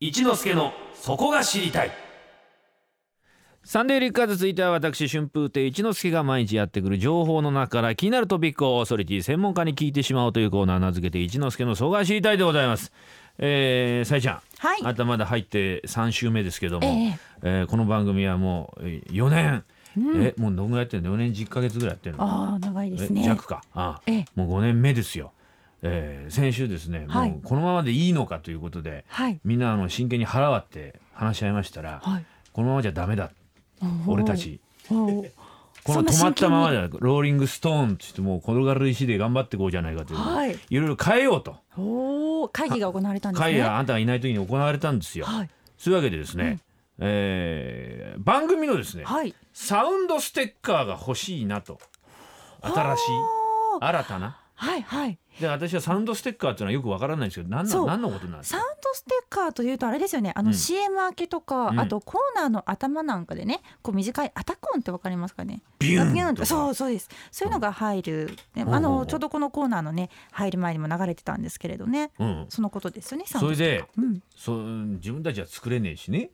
一之助のそこが知りたいサンデーリッカーズ続いては私春風亭一之輔が毎日やってくる情報の中から気になるトピックをオーソリティ専門家に聞いてしまおうというコーナー名付けて一之輔のそこが知りたいでございますえー、さえちゃん、はいあなたまだ入って3週目ですけども、えええーこの番組はもう4年、えもうどんぐらいやってんの4年10ヶ月ぐらいやってるのああ長いですね。弱かああええもう5年目ですよ、えー先週ですね、はいもうこのままでいいのかということで、はいみんなあの真剣に腹割って話し合いましたら、はいこのままじゃダメだ俺たちおー。このそんな止まったままじ真ゃローリングストーンって言ってもう転がる石で頑張っていこうじゃないかということで、はいい、ろいろ変えようと剣におお会議が行われたんですね。会やあんたがいない時に行われたんですよ。はいそういうわけでですね、えー番組のですね、はい。サウンドステッカーが欲しいなと新しいおー新たなはいはい。で私はサウンドステッカーっていうのはよくわからないんですけど何そのう何のことなんですサかウンドステッカーというとあれですよね。あのうん CM 明けとか、うんあとコーナーの頭なんかでね、こう短いアタコンってわかりますかね。ビューンンとかそうそうです。そういうのが入る。ねうんあうんうんうのんちょうどこのコーナーのね入る前にも流れてたんですけれどね。うん、そのことですよね。サウンそドれステでッカー、うんそう自分たちは作れねえし ね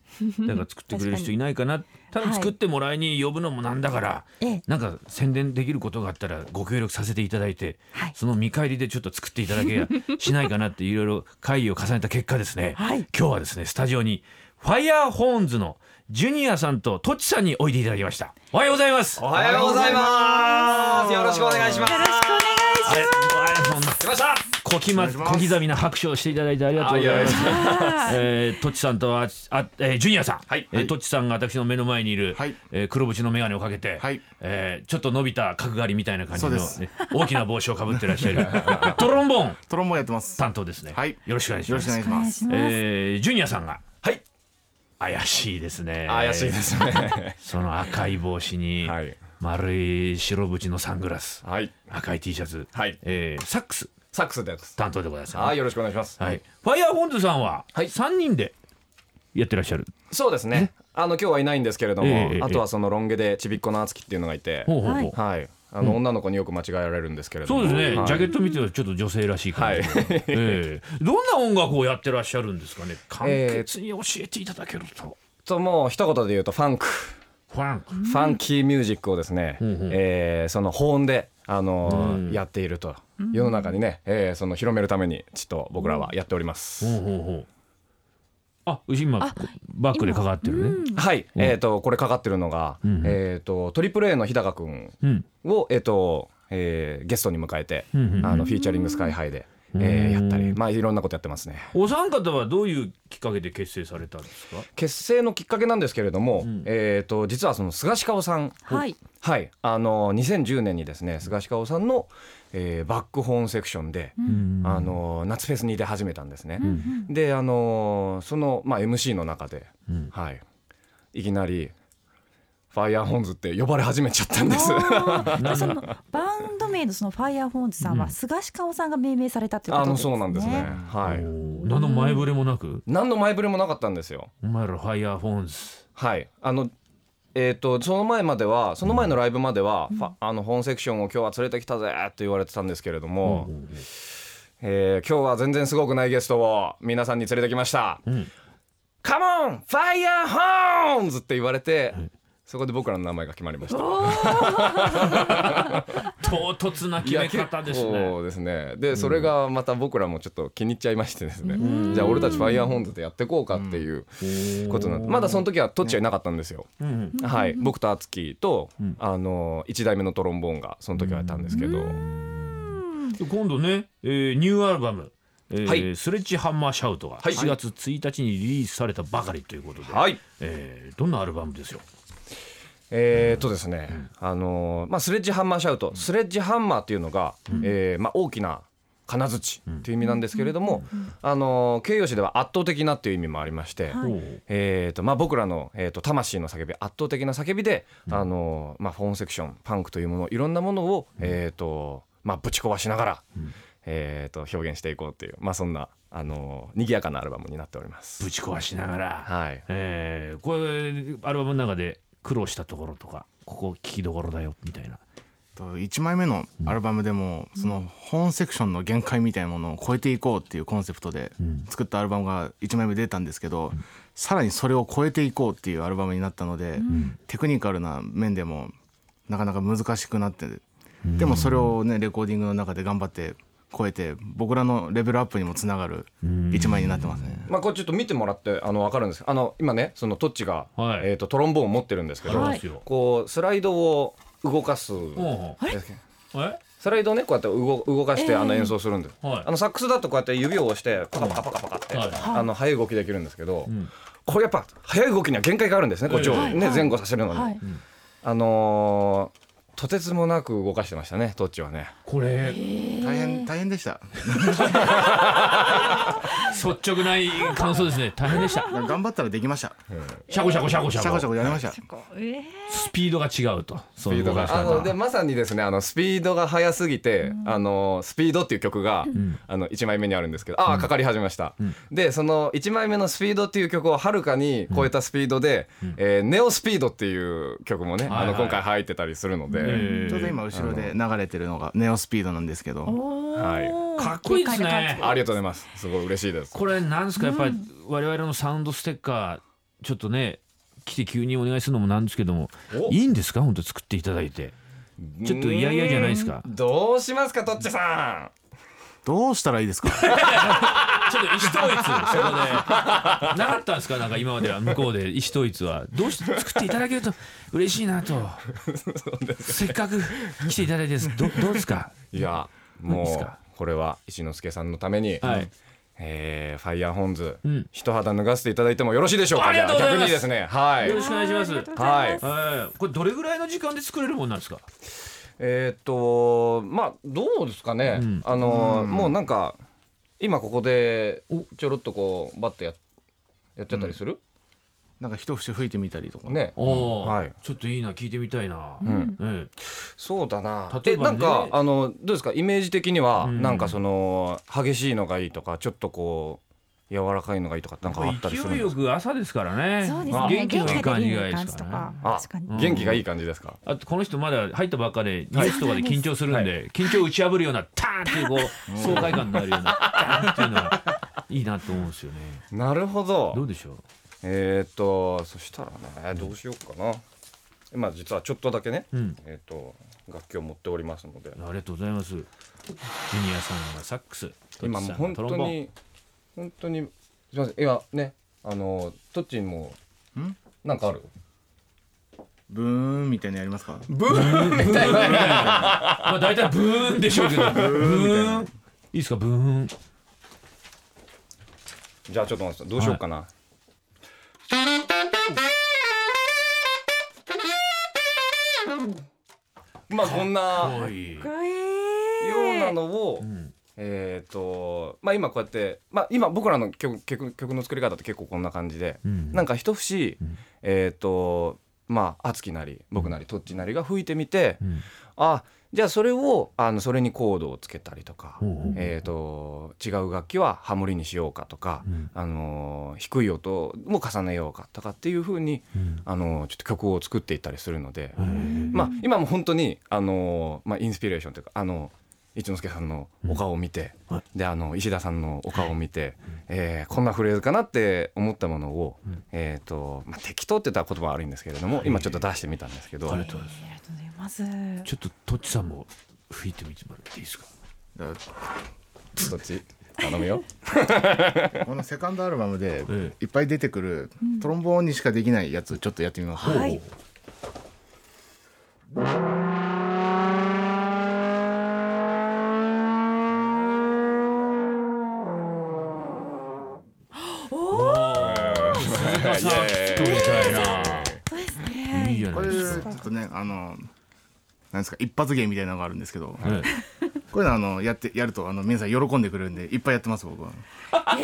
だから作ってくれる人いないかなただはい作ってもらいに呼ぶのもなんだから、ええなんか宣伝できることがあったらご協力させていただいて、はいその見返りでちょっと作っていただけやしないかなっていろいろ会議を重ねた結果ですね、はい今日はですねスタジオにファイヤーホーンズのジュニアさんとトッチさんにおいでいただきましたおはようございますおはようございます。よろしくお願いします。よろしくお願いしまあす。れあれそんな来ました。小気まお願いし小ます刻みな拍手をしていただいてありがとうございますあいやいやえー、トッチさんとはあ、えー、ジュニアさん、はいえートッチさんが私の目の前にいる、はいえー黒縁の眼鏡をかけて、はいえーちょっと伸びた角刈りみたいな感じの、そうでね大きな帽子をかぶってらっしゃるトロンボーントロンボーンやってます。担当ですね、はいよろしくお願いしよまろしすくお願いしお願まいす。します。えージュニアさんがはい。怪しいですね怪しいですね。その赤い帽子に、はい丸い白縁のサングラスはい。赤い T シャツ、はいえーサックスサックスです。担当でございます、はい、よろしくお願いします。はい、ファイヤーホーンズさんははい3人でやってらっしゃる、そうですね。あの今日はいないんですけれどええええも、あとはそのロン毛でちびっこのあつきっていうのがいて、ほうほうほうはいはい。あの女の子によく間違えられるんですけれどそも、うですね、はいジャケット見てるとちょっと女性らしい感じの、はいええどんな音楽をやってらっしゃるんですかね簡潔に教えていただけると、ともう一言で言うとファンク、ファンクファンキーミュージックをですね、んうんえーその保温で。あのうんーやっていると世の中にね、えーその広めるためにちょっと僕らはやっております。ほうほうほうあ牛今バックでかかってるねはい、えっ、とこれかかってるのが、んえっ、とトリプル A の日高くんうんをえっ、と、えーゲストに迎えて、うんうんあのフィーチャリングスカイハイで、うんえーやったりまあいろんなことやってますね。お三方はどういうきっかけで結成されたんですか結成のきっかけなんですけれども、んえっ、と実はその菅氏顔さん、はい。はい、あの2010年にですね菅氏顔さんの、えーバックホーンセクションで、うんあの夏フェスに出始めたんですね。うんであのそのまあ MC の中で、んはいいきなりファイヤーホーンズって呼ばれ始めちゃったんです。あーでそのバンド名のそのファイヤーホーンズさんは菅氏香さんが命名されたというこ あとのですね。そうなんですね。はい。お何の前触れもなく何の前触れもなかったんですよ。お前らファイヤーフォーンズはい。あのえっ、とその前まではその前のライブまでは、ファあの本セクションを今日は連れてきたぜって言われてたんですけれども、えー今日は全然すごくないゲストを皆さんに連れてきました。んカモンファイヤーホーンズって言われて、そこで僕らの名前が決まりました。唐突ない決やめ方です結ね構ですねでそれがまた僕らもちょっと気に入っちゃいましてですね、じゃあ俺たちファイヤーホーンズでやってこうかっていうことになって、まだその時はトッチはいなかったんですよ、うんうんはい僕とアツキと、あの1代目のトロンボーンがその時はやったんですけど、今度ね、えーニューアルバム、えーはいスレッジハンマーシャウト」がはい4月1日にリリースされたばかりということで、はいえーどんなアルバムですよえーっとですね、あのーまあ、スレッジハンマーシャウト、スレッジハンマーっていうのが、えーまあ、大きな金槌という意味なんですけれども、あのー形容詞では圧倒的なっていう意味もありまして、はいおうえーとまあ、僕らの、えー、と魂の叫び圧倒的な叫びで、あのーまあ、フォンセクションパンクというものいろんなものを、えーとまあ、ぶち壊しながら、えー、と表現していこうっていう、まあ、そんな、あのー賑やかなアルバムになっております。ぶち壊しながら、はいえーこれアルバムの中で苦労したところとかここ聞きどころだよみたいなと1枚目のアルバムでも、その本セクションの限界みたいなものを超えていこうっていうコンセプトで作ったアルバムが1枚目出たんですけど、さらにそれを超えていこうっていうアルバムになったので、テクニカルな面でもなかなか難しくなってでもそれをねレコーディングの中で頑張って超えて僕らのレベルアップにもつながる1枚になってますね。まあ、これちょっと見てもらってあの分かるんですけどあの今ねそのトッチが、はいえー、とトロンボーン持ってるんですけど、はいこうスライドを動かすうんあれえスライドをねこうやって動動かして、ええあの演奏するんです、はいあのサックスだとこうやって指を押してパカパカパカパカって、はいあの速い動きできるんですけど、んこれやっぱ速い動きには限界があるんですねこっちを、はいねはい前後させるのに、はい。あのーとてつもなく動かしてましたねトッチはねこれ大変大変でした。率直ない感想ですね大変でした頑張ったらできました。シャコシャコシャコシシャャココシャコやりました。ええスピードが違うとススピードがあのでまさにですねあのスピードが速すぎて「あのスピード」っていう曲が、あの1枚目にあるんですけどああかかり始めました、でその1枚目の「スピード」っていう曲をはるかに超えたスピードで「えーネオスピード」っていう曲もね、はいはいあの今回入ってたりするので、ちょうど今後ろで流れてるのがネオスピードなんですけど、おーはいかっこいいですねありがとうございますすごい嬉しいですこれなんですかやっぱり我々のサウンドステッカーちょっとね来て急にお願いするのもなんですけどもおいいんですか本当作っていただいてちょっと嫌々じゃないですかうーんどうしますかとっちさどうしたらいいですか。ちょっと意思統一そこでなかったんですかなんか今までは向こうで意思統一はどうして作っていただけると嬉しいなと、せっかく来ていただいてですどどうですかんいや何ですもかうこれは一之輔さんのために、はいえーファイヤーホーンズ、ん一肌脱がせていただいてもよろしいでしょうかありがとうございますじゃあ逆にですねはいよろしくお願いしますありがとうございますはいこれどれぐらいの時間で作れるもんなんですかえーっとまあどうですかね、んあのもうなんか今ここでちょろっとこうバッとややっちゃったりする、 なんか一節吹いてみたりとか。ねおお、はいちょっといいな聞いてみたいな、うんええそうだな例ええばなねんかあのどうですかイメージ的には、うんなんかその激しいのがいいとかちょっとこう柔らかいのがいいとかなんかあったりするん勢いでよすかく朝ですからねそうですね。元気のいい感じがいい元気で元気なです感じかとらかね。あ確かに。うん元気がいい感じですか、あとこの人まだ入ったばっかでニュースとかで緊張するんで緊張打ち破るようなターンっていうこう爽快感のあるよ うなターンっていうのはいいなと思うんですよねなるほどどうでしょうえーっとそしたらねどうしようかなまあ実はちょっとだけね、うんえーっと楽器を持っておりますのでありがとうございますジュニアさんがサックス今もう本当に本当にすみません今ねあのトッチンもんなんかあるブーンみたいなのやりますか。ブーみたいなまあ大体ブーンでしょうけ どブーンいいですかブーンじゃあちょっと待ってどうしようかな、まあこんなはいかっこいいようなのを、えっ、とまあ今こうやってまあ今僕らの曲曲曲の作り方って結構こんな感じで、うんなんか一節、えっ、とまあ敦貴なり僕なりトッチなりが吹いてみて、んあじゃあそれをあのそれにコードをつけたりとか、ほうほうえー、と違う楽器はハモリにしようかとか、んあのー低い音も重ねようかとかっていうふうに、んあのーちょっと曲を作っていったりするので、うんまあ、今も本当に、あのーまあ、インスピレーションというか、あの一之輔さんのお顔を見て、はであの石田さんのお顔を見て、えーこんなフレーズかなって思ったものを、えーとまあ、適当って言ったら言葉は悪いんですけれども今ちょっと出してみたんですけど。ありがとうございますありがとうございます。ちょっとトッチさんも吹いてみてもらっていいですかだかそっち頼むよ。らこのセカンドアルバムでえいっぱい出てくるトロンボーンにしかできないやつちょっとやってみます。はい。さっきとみたいなそうですね。いいじゃこないれでちすかょっとねあのなんですか一発芸みたいなのがあるんですけど、えこういうのあのやってやるとあの皆さん喜んでくれるんでいっぱいやってます僕は。え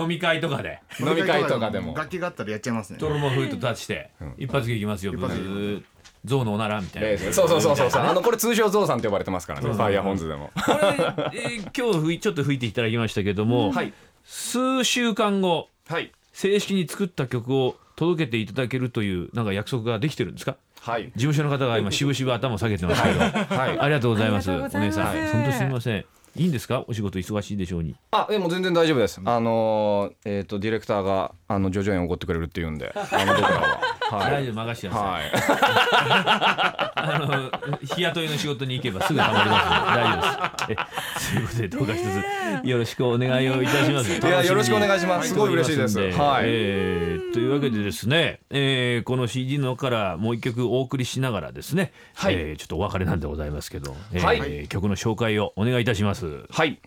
飲み会とかで飲み会とかでも楽器があったらやっちゃいますね。トロモフとタッチして一発でいきますよブ一発芸ー象のおならみたいなそうそうそうそうそう。あのこれ通称ゾウさんって呼ばれてますからね。ファイヤーホンズでも。これ、えー今日ふいちょっと吹いていただきましたけども、はい数週間後はい。正式に作った曲を届けていただけるというなんか約束ができてるんですかはい事務所の方が今しぶしぶ頭を下げてますけど、はいありがとうございますありがとうごおざい姉ますさん本当すみませんいいんですかお仕事忙しいでしょうにあでも全然大丈夫ですあのーえっ、とディレクターがあの叙々苑おごってくれるっていうんであの僕らはは大い丈夫任せてくださいはいあの日雇いの仕事に行けばすぐたまりますので大丈夫ですえということでどうか一つよろしくお願いをいたしますいやよろしくお願いしますすごい嬉しいです楽みにしておりまはいんえーというわけでですね、えーこの CD のからもう一曲お送りしながらですね、はいえーちょっとお別れなんでございますけど、えーはい曲の紹介をお願いいたします はい、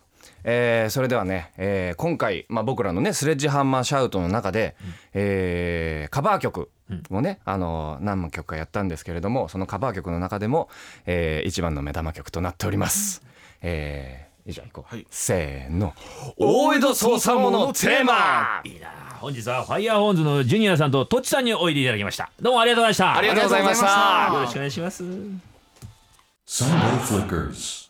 えーそれではね、えー今回、まあ、僕らのねスレッジハンマーシャウトの中で、えーカバー曲をね、あのー何曲かやったんですけれどもそのカバー曲の中でも、えー一番の目玉曲となっております。えー以上行こう、はいせーの大江戸捜査ものテーマ本日はファイヤーホーンズのジュニアさんとトッチさんにおいでいただきましたどうもありがとうございましたありがとうございましたよろしくお願いします Sunday Flickers.